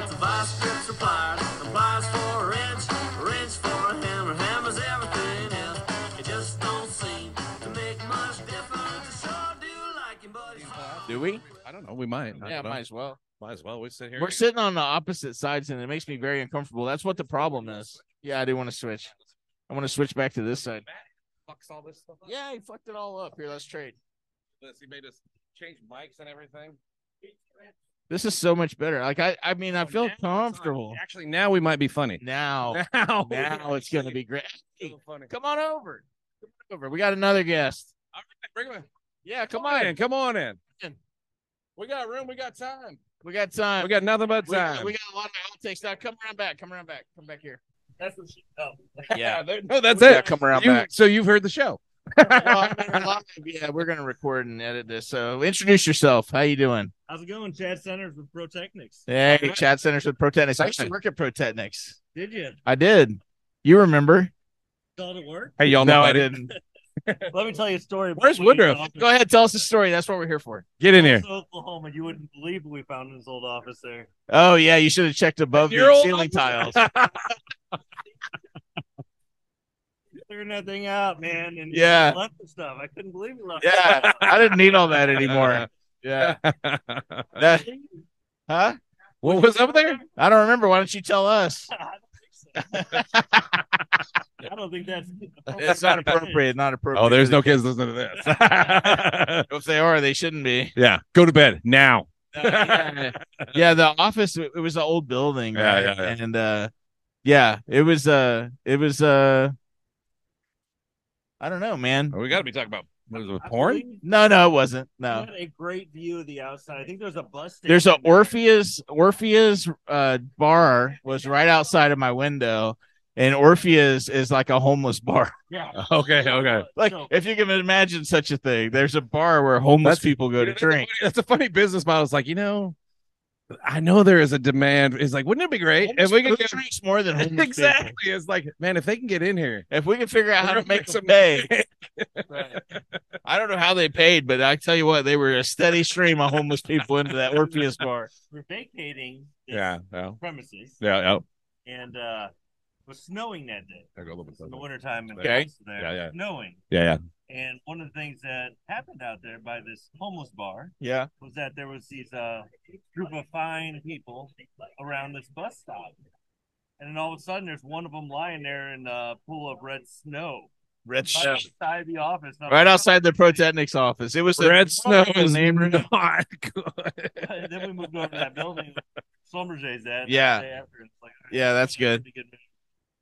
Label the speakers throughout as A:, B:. A: strips are pliers, and pliers for a wrench, a wrench for a hammer, hammers everything else. It just don't seem to make much difference. I sure do like him, but he's hard.
B: Do we?
C: I don't know. We might. I
B: Yeah,
C: don't know.
B: might as well.
C: Might as well. We sit here.
B: We're sitting on the opposite sides, and it makes me very uncomfortable. That's what the problem is. Yeah, I do want to switch. I want to switch back to this side.
C: fucks all this stuff up.
B: Yeah, he fucked it all up. Here, let's trade.
C: This- He made us change mics and everything.
B: This is so much better. Like I, I mean, I
C: So Oh, now
B: feel
C: it's on.
B: comfortable
C: Actually, now we might be funny.
B: now.
C: Now,
B: Now it's gonna be great. Hey,
C: So funny.
B: come on over. Come on over. We got another guest.
C: All right, bring him in.
B: Yeah, come
C: Come on
B: on.
C: in. Come on in.
B: in.
C: We got room. We got time.
B: We got time.
C: We got nothing but
B: We got,
C: time.
B: we got a lot of outtakes now. Come around back. Come around back. Come back here.
D: That's what she felt.
C: yeah. there- no, that's
B: We
C: it.
B: gotta come around
C: You-
B: back.
C: So you've heard the show.
B: Well, I mean, we're live. yeah, we're gonna record and edit this. So introduce yourself. How you doing?
D: How's it going, Chad Centers with Pro Technics?
B: Hey, Chad Centers with Protechnics. I used to work at Protechnics.
D: Did you?
B: I did. You remember?
D: Thought it worked?
C: Hey, y'all
B: no,
C: know
B: I
C: about it.
B: didn't.
D: Let me tell you a story. about
C: Where's
D: when we
C: Woodruff?
D: got
B: Go ahead, tell us the story. That's what we're here for.
C: Get in
D: to
C: here.
D: Oklahoma. You wouldn't believe what we found in his old office there.
B: Oh yeah, you should have checked above
C: Your
B: the
C: old
B: ceiling tiles.
C: office?
D: Clearing that thing out, man. And
B: Yeah.
D: left the stuff. I couldn't believe we left.
B: Yeah, I didn't need all that anymore. Yeah, that, huh?
C: what was up there?
B: I don't remember. Why don't you tell us?
D: I don't think so. I don't think that's.
B: It's not appropriate. Not appropriate.
C: Oh, there's no kids listening to this.
B: If they are, they shouldn't be.
C: yeah. Go to bed now.
B: yeah. Yeah, the office. It was an old building.
C: Yeah,
B: Right?
C: yeah, yeah.
B: And uh, yeah, it was. Uh, it was. Uh, I don't know, man.
C: We got to be talking about what is it,
D: I
C: porn.
D: believe
B: No, no, it wasn't. No.
D: we had a great view of the outside. I think there's a bus. Station
B: there's a
D: there.
B: Orpheus Orpheus uh, bar was right outside of my window, and Orpheus is like a homeless bar.
D: Yeah.
C: Okay. Okay.
B: Like
D: So-
B: if you can imagine such a thing, there's a bar where homeless
C: That's-
B: people go to
C: Dude, that's a
B: drink.
C: funny- That's a funny business model. It's like you know, I know there is a demand. It's like, wouldn't it be great if we could
B: Who
C: get
B: drinks more than homeless
C: exactly?
B: people?
C: It's like, man, if they can get in here,
B: If we can figure out how to
C: We're gonna
B: make
C: make
B: them
C: some-
B: pay,
D: uh,
B: I don't know how they paid, but I tell you what, they were a steady stream of homeless people into that Orpheus bar.
D: We're vacating. this
C: yeah, no,
D: Premises.
C: yeah, yeah.
D: And uh, it was snowing that day.
C: There go a little bit
D: in the
C: further.
D: wintertime in
B: Okay.
D: Alaska there,
C: Yeah, yeah.
D: snowing.
C: Yeah, yeah.
D: And one of the things that happened out there by this homeless bar
B: Yeah.
D: was that there was these uh, group of fine people around this bus stop. And then all of a sudden, there's one of them lying there in a pool of red snow
B: Red
D: right
B: Snow.
D: outside the office. And I'm
B: Right
D: like,
B: outside the Protechnics office. It was the
C: Red Snow is
B: neighborhood.
C: not good.
D: and then we moved over to that building. Slumberjays that
B: Yeah.
D: the day after. It's like,
B: Yeah, that's good.
D: pretty move.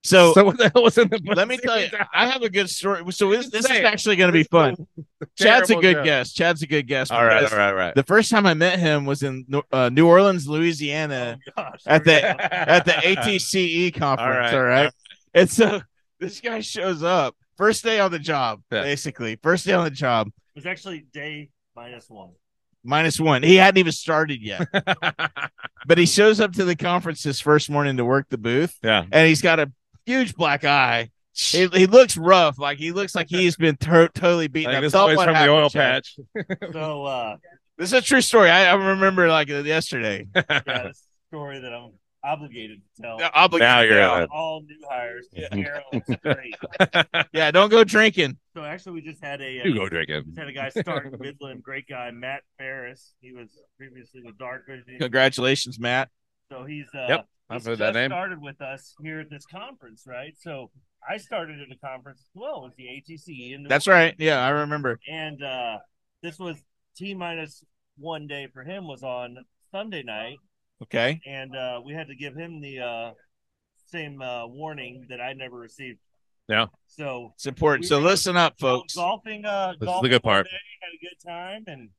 B: So,
C: so what the hell was in the?
B: let me tell you, I have a good story. So this, this is
C: Insane.
B: actually going to be fun. Chad's a good guest. Chad's a good guest.
C: All right,
B: because
C: all right, all right.
B: The first time I met him was in Nor- uh, New Orleans, Louisiana,
D: Oh, gosh,
B: at
D: there
B: the-
D: we go.
B: at the ATCE E conference. All right,
C: right,
B: And so this guy shows up first day on the job,
C: Yeah.
B: basically first day on the job,
D: It was actually day minus one.
B: minus one. He hadn't even started yet, but he shows up to the conference his first morning to work the booth,
C: yeah.
B: and he's got a huge black eye. He, he looks rough, like he looks like he's been to- totally beaten
C: Like
B: up.
C: this
B: Tell
C: boy's
B: what
C: from the
B: happened,
C: oil
B: Chad.
C: patch.
D: So, uh,
B: This is a true story. I, I remember like it yesterday.
D: yeah, this is a story that I'm obligated to tell.
C: Now you're
B: yeah.
C: out.
D: All new hires. to Arrow is great.
B: yeah, don't go drinking.
D: So actually, we just had a uh,
C: You go drinking.
D: just had a guy start in Midland. Great guy, Matt Ferris. He was previously with Dark Vision,
B: Congratulations, Matt.
D: so he's uh,
C: Yep, I've
D: he's just
C: heard that name.
D: started with us here at this conference, right? So I started at a conference as well. It was the ATC, and
B: That's right. Yeah, I remember.
D: and uh, this was T minus one day for him was on Sunday night.
B: Okay.
D: and uh, we had to give him the uh, same uh, warning that I never received.
C: Yeah.
D: So,
B: It's important. So listen up, folks.
D: golfing, uh,
C: the
D: golfing
C: good
D: one
C: part.
D: day, had a good time, and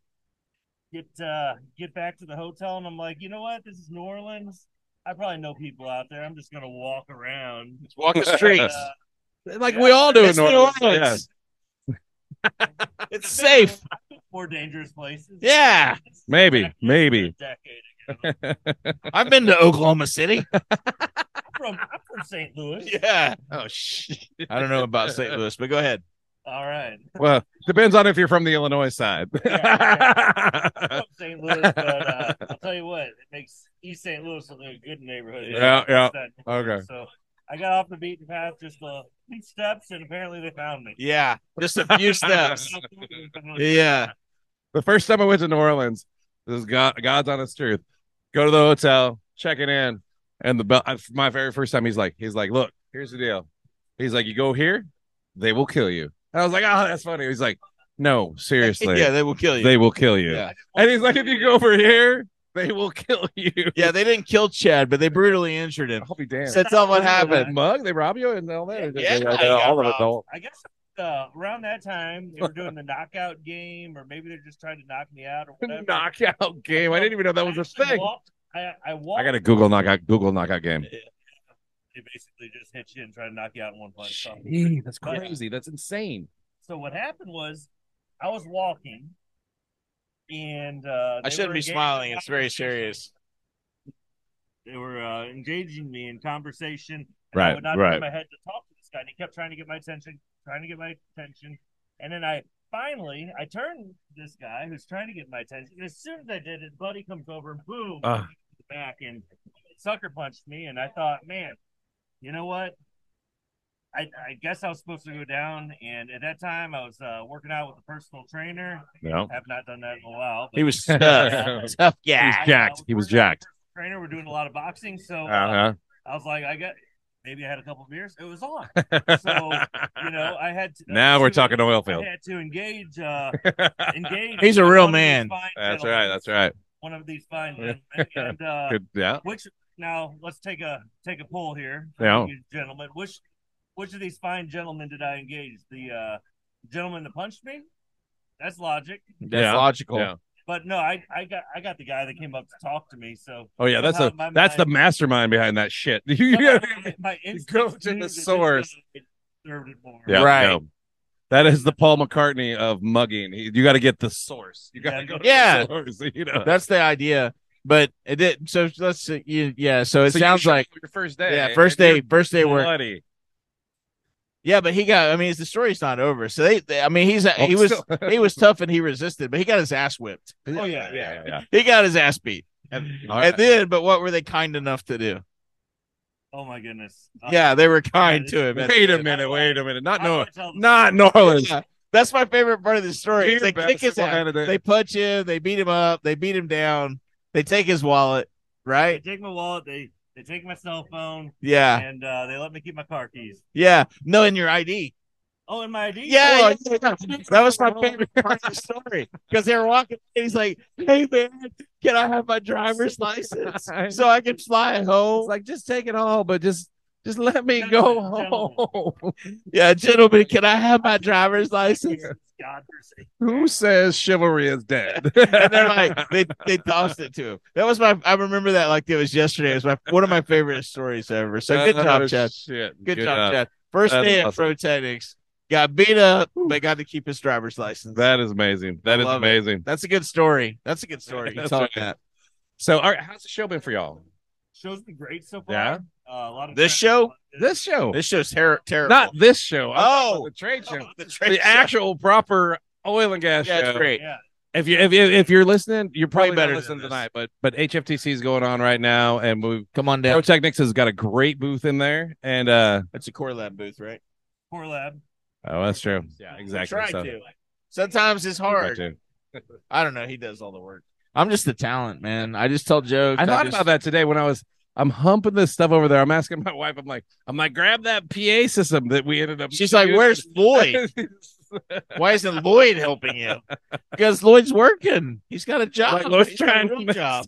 D: get uh, get back to the hotel, and I'm like, you know what? This is New Orleans. I probably know people out there. I'm just gonna walk around.
B: Walk the streets.
D: Uh,
C: Like we all do in
B: It's New Orleans. it's safe.
D: more dangerous places.
B: Yeah.
C: Maybe,
D: Back
C: maybe.
D: a decade ago.
B: I've been to Oklahoma City.
D: I'm from I'm from St. Louis.
B: Yeah.
C: Oh shit!
B: I don't know about St. Louis, but go ahead.
D: All right.
C: Well, depends on if you're from the Illinois side.
D: Yeah, Love St. Louis, but uh, I'll tell you what, it makes East St. Louis look like a good neighborhood.
C: Yeah, yeah. okay.
D: So I got off the beaten path just a few steps, and apparently they found me.
B: Yeah, just a few steps. Yeah,
C: The first time I went to New Orleans, this is God, God's honest truth. Go to the hotel, checking in, and the bell. I- My very first time, he's like, he's like, look, here's the deal. He's like, you go here, they will kill you. I was like, oh, that's funny. He's like, no, seriously,
B: yeah, they will kill you.
C: they will kill you.
B: Yeah.
C: And he's like, if you go over here, they will kill you.
B: yeah, they didn't kill Chad, but they brutally injured him.
C: I'll be damned.
B: That's not what happened.
C: Mug, they rob you and all that.
B: Yeah,
C: They-
B: I
C: they-
B: got
C: all of it.
B: robbed.
C: the whole-
D: I guess uh, around that time they were doing the knockout game, or maybe they're just trying to knock me out or whatever.
C: Knockout game. I didn't even know that was a
D: I actually
C: thing.
D: walked- I, I walked.
C: I got a Google knockout. Google knockout game.
D: They basically just hit you and try to knock you out in one punch. So-
C: Gee, that's
D: Yeah.
C: crazy. That's insane.
D: So what happened was, I was walking, and uh, they
B: I shouldn't
D: were
B: be
D: engaged in
B: smiling. It's very
D: conversation.
B: serious.
D: They were uh, engaging me in conversation. And I
C: Right,
D: would not
C: right.
D: turn my head to talk to this guy, and he kept trying to get my attention, trying to get my attention, and then I finally I turned to this guy who's trying to get my attention. And as soon as I did, his buddy comes over and boom,
C: Ah.
D: back and sucker punched me, and I thought, man, you know what? I, I guess I was supposed to go down, and at that time I was uh, working out with a personal trainer.
C: No.
D: I have not done that in a while. But
B: He was tough, tough guy.
D: I, uh,
C: jacked.
D: was
C: He
D: working out
C: was
D: with
C: jacked.
D: a personal Trainer, we're doing a lot of boxing, so uh,
C: Uh-huh.
D: I was like, I got maybe I had a couple beers. It was on, So, you
C: so,
D: know. I had to,
C: Uh-huh. now we're
D: to-
C: talking oil
D: I
C: field.
D: had to engage, uh, engage.
B: He's a
D: with
B: real
D: one of these
B: man.
D: fine
C: That's
D: gentlemen,
C: right. That's right.
D: one of these fine gentlemen, and uh,
C: Good. Yeah.
D: which now let's take a take a poll here,
C: Yeah.
D: you gentlemen. Which which of these fine gentlemen did I engage? The uh, gentleman that punched me. That's logic.
B: That's
C: Yeah.
B: logical.
C: Yeah.
D: But no, I, I got I got the guy that came up to talk to me. So
C: Oh yeah. That's a
D: somehow my
C: that's the
D: mind-
C: mastermind behind that shit. You
D: somehow
C: gotta-
D: my- my
C: go
D: instincts
C: to the
D: knew that this
C: source.
D: guy deserved it more.
C: yeah,
B: Right.
C: no. That is the Paul McCartney of mugging. He- You got to get the source. You got to
D: Yeah.
C: go. To
B: Yeah.
C: The source, you know.
B: That's the idea. But it did. So let's. see, you- Yeah. So it
C: So you
B: sounds
C: show
B: like.
C: up your first day.
B: Yeah. First day. First day
C: They
B: work. Yeah, but he got. I mean, the story's not over. So they. they- I mean, he's. he
C: Oh,
B: was. He was tough and he resisted, but he got his ass whipped.
D: Oh, yeah, yeah.
B: He got his ass beat.
C: All
B: And
C: right.
B: then, but what were they kind enough to do?
D: Oh my goodness.
B: Yeah, they were kind
D: this-
B: to him.
C: Wait a minute. Wait a minute. Not
D: How do
C: no.
D: I tell them?
C: Not New Orleans.
B: Yeah, That's my favorite part of the story.
C: Dear
B: is They kick his
C: basketball
B: ass.
C: candidate.
B: They punch him. They beat him up. They beat him down. They take his wallet.
D: They
B: Right?
D: take my wallet. They they take my cell phone
B: Yeah.
D: and uh, they let me keep my car keys.
B: Yeah. No, in your ID.
D: Oh, and my ID.
B: Yeah. yeah, yeah. That was my favorite part of the story because they were walking. And he's like, "Hey man, can I have my driver's license so I can fly
C: It's
B: home?"
C: like just take it all, but just just let me go home.
B: yeah, gentlemen, can I have my driver's license?
D: God forsake.
C: Who says chivalry is dead?
B: and they're like they they tossed it to him. That was my I remember that like it was yesterday. It was my one of my favorite stories ever. So good job,
C: Oh,
B: Chad.
C: shit.
B: Good, job, Chad. First
C: That's
B: day at
C: awesome.
B: Protechnics, got beat up, but got to keep his driver's license.
C: That is amazing. That
B: I
C: is
B: love it.
C: amazing.
B: That's a good story. That's a good story. You
C: That's
B: tell
C: right.
B: that.
C: So, all right, how's the show been for y'all?
D: Show's been great so far.
C: Yeah.
D: Uh, a lot of
B: This
D: travel.
B: show?
C: This show,
B: This show's ter- terrible.
C: not this show. I'm talking
B: Oh.
C: about the trade show,
B: the, trade
C: the
B: show.
C: actual proper oil and gas
B: Yeah,
C: show.
B: it's great.
D: Yeah.
C: If you if, you- if you're listening, you're probably
B: Way
C: not
B: better
C: listening
B: than this.
C: tonight. But but HFTC is going on right now, and we
B: Come on down.
C: Protechnics has got a great booth in there, and uh
B: That's a core lab booth, right?
D: Core lab.
C: oh, that's true. Yeah, exactly.
B: Try
C: So-
B: to. Sometimes it's
C: Try
B: hard.
C: to.
B: I don't know. He does all the work. I'm just the talent, man. I just tell jokes.
C: I thought
B: just-
C: about that today when I was I'm humping this stuff over there. I'm asking my wife. I'm like, I'm like, grab that PA system that we ended up.
B: She's like,
C: using."
B: "Where's Floyd? Why isn't Lloyd helping you? Because Lloyd's working. He's got a job.
C: Like, Lloyd's
B: He's got a
C: trying to
B: real
C: make
B: job.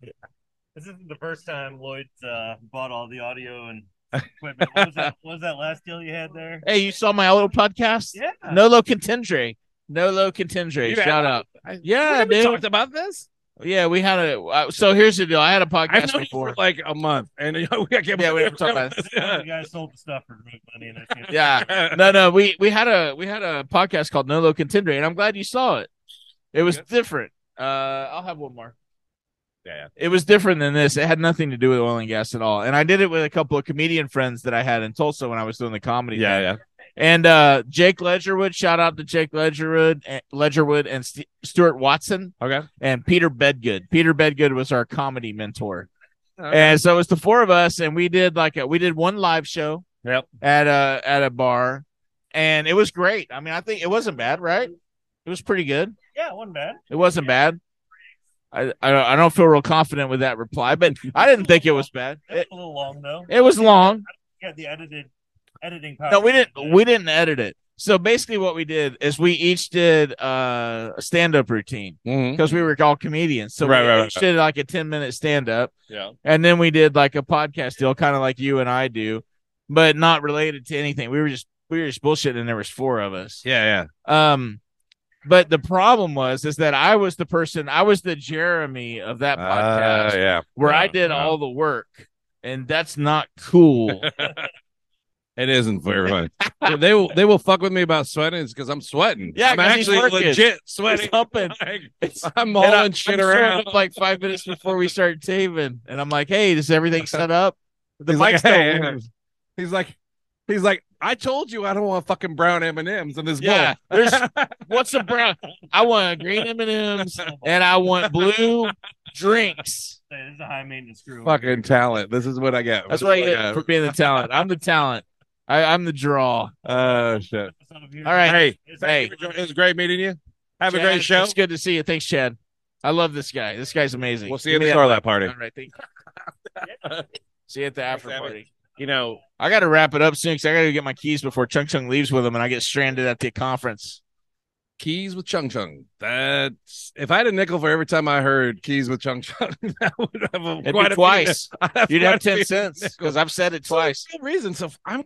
D: This isn't the first time Lloyd's uh, bought all the audio and equipment. What was, that, what was that last deal you had there?
B: Hey, you saw my little podcast?
D: Yeah.
B: Nolo Contendere. Nolo Contendere.
C: You
B: Shout
C: had-
B: out.
C: I- we
B: Yeah,
C: haven't
B: dude.
C: talked about this.
B: Yeah, we had a. uh, so here's the deal. I had a
C: I've
B: podcast
C: known you for
B: before.
C: like a month, and you know, I can't
B: Yeah, we
C: believe-
B: haven't talked about
D: You guys sold the stuff for drug money. And that's it.
B: Yeah. No, no. We we had a we had a podcast called Nolo Contendere, and I'm glad you saw it. It was
C: Good.
B: different. Uh, I'll have one more.
C: Yeah.
B: It was different than this. It had nothing to do with oil and gas at all. And I did it with a couple of comedian friends that I had in Tulsa when I was doing the comedy.
C: Yeah,
B: thing.
C: yeah.
B: And uh, Jake Ledgerwood, shout out to Jake Ledgerwood, eh, Ledgerwood and St- Stuart Watson
C: Okay.
B: and Peter Bedgood. Peter Bedgood was our comedy mentor.
C: Okay.
B: And so it was the four of us, and we did like a, we did one live show
C: Yep.
B: at a at a bar, and it was great. I mean, I think it wasn't bad, right? It was pretty good.
D: Yeah, it wasn't bad.
B: It wasn't bad. I I don't, I don't feel real confident with that reply, but I didn't think it was bad.
D: It was
B: It,
D: a little long though.
B: it was long.
D: Yeah, the edited editing power.
B: No, we didn't we didn't edit it. So basically, what we did is we each did uh, a stand up routine
C: Mhm.
B: because we were all comedians. So
C: Right,
B: we
C: right, right,
B: each did like a ten minute stand up.
C: Yeah.
B: And then we did like a podcast deal, kind of like you and I do, but not related to anything. We were just we were just bullshitting, and there was four of us.
C: Yeah. Yeah.
B: Um, but the problem was is that I was the person, I was the Jeremy of that podcast
C: Uh, yeah.
B: where I
C: yeah,
B: did
C: yeah.
B: all the work, and that's not cool.
C: It isn't very fun. they will they will fuck with me about sweating because I'm sweating.
B: Yeah,
C: I'm
B: 'cause he's
C: actually
B: working.
C: legit
B: It's
C: sweating.
B: humping.
C: Like,
B: It's
C: I'm
B: and I-
C: hauling shit
B: I'm showing
C: around.
B: up like five minutes before we start taping, and I'm like, "Hey, is everything set up?" The
C: He's like,
B: mic's
C: "Hey,
B: don't
C: yeah."
B: move.
C: He's like, he's like, I told you I don't want fucking brown M and M's in this
B: Yeah,
C: bowl.
B: there's what's a brown? I want green M and M's, and I want blue drinks.
D: This is a high maintenance crew.
C: fucking talent. This is what I get.
B: That's what I
C: This is
B: get for being the talent. I'm the talent. I, I'm the draw.
C: I get. Oh shit.
D: All right.
B: All right.
C: Hey,
D: It's
B: Hey.
D: like-
C: it was great meeting you. Have a
B: Chad,
C: great show.
B: It's good to see you. Thanks, Chad. I love this guy. This guy's amazing.
C: We'll see you
B: Give
C: at
B: me
C: the
B: that
C: Starlight
B: mic.
C: Party.
B: All right, thank you. see you at the after
C: Thanks, Abby.
B: party.
C: You know,
B: I got to wrap it up soon because I got to get my keys before Chung Chung leaves with him, and I get stranded at the conference.
C: keys with Chung Chung. That's if I had a nickel for every time I heard keys with Chung Chung, that would have a,
B: It'd
C: quite a
B: be
C: few-
B: twice.
C: I'd have
B: You'd
C: quite
B: have
C: a few
B: ten cents because
C: nickels.
B: I've said it
C: So
B: twice.
C: there's good reason. So I'm.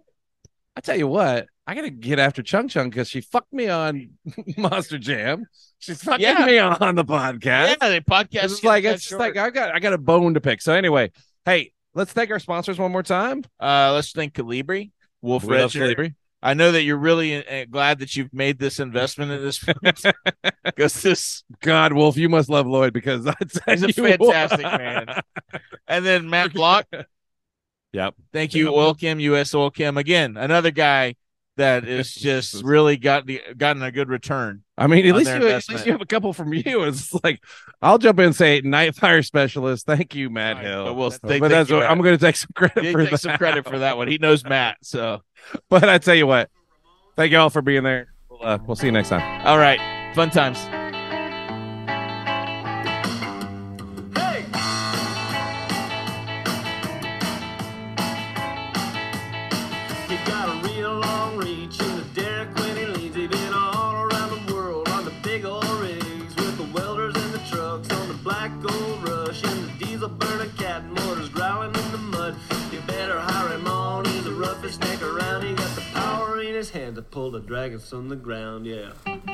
C: I tell you what, I gotta get after Chung Chung because she fucked me on Monster Jam. She's fucking
B: Yeah.
C: me on the podcast.
B: Yeah, they podcast.
C: it's just like it's just like I got I got a bone to pick. So anyway, hey, let's thank our sponsors one more time.
B: Uh, let's think Calibri, Wolf
C: We love
B: Redshirt.
C: Calibri.
B: I know that you're really uh, glad that you've made this investment in this because this
C: God, Wolf, you must love Lloyd because that's
B: is a fantastic man. And then Matt Block.
C: Yep.
B: Thank you, Oil Chem, US Oil Chem. Again, another guy that is just really got the, gotten a good return.
C: I mean, at
B: on
C: least,
B: their
C: you, at least
B: investment.
C: you have a couple from you. It's like I'll jump in and say night fire specialist. Thank you, Matt
B: All right,
C: Hill.
B: but we'll-
C: but
B: they- thank
C: that's
B: you,
C: what
B: Matt.
C: I'm going to take some credit
B: He
C: for
B: takes
C: that.
B: some credit for that one. He knows Matt. So,
C: But I tell you what, thank you all for being there. We'll, uh, we'll see you next time.
B: all right, fun times.
A: Hey! He got a real long reach in the derrick when he leans. He been all around the world on the big old rigs with the welders and the trucks on the black gold rush and the diesel burning cat and motors growling in the mud. You better hire him on. He's the roughest neck around. He got the power in his hand to pull the dragons from the ground. Yeah.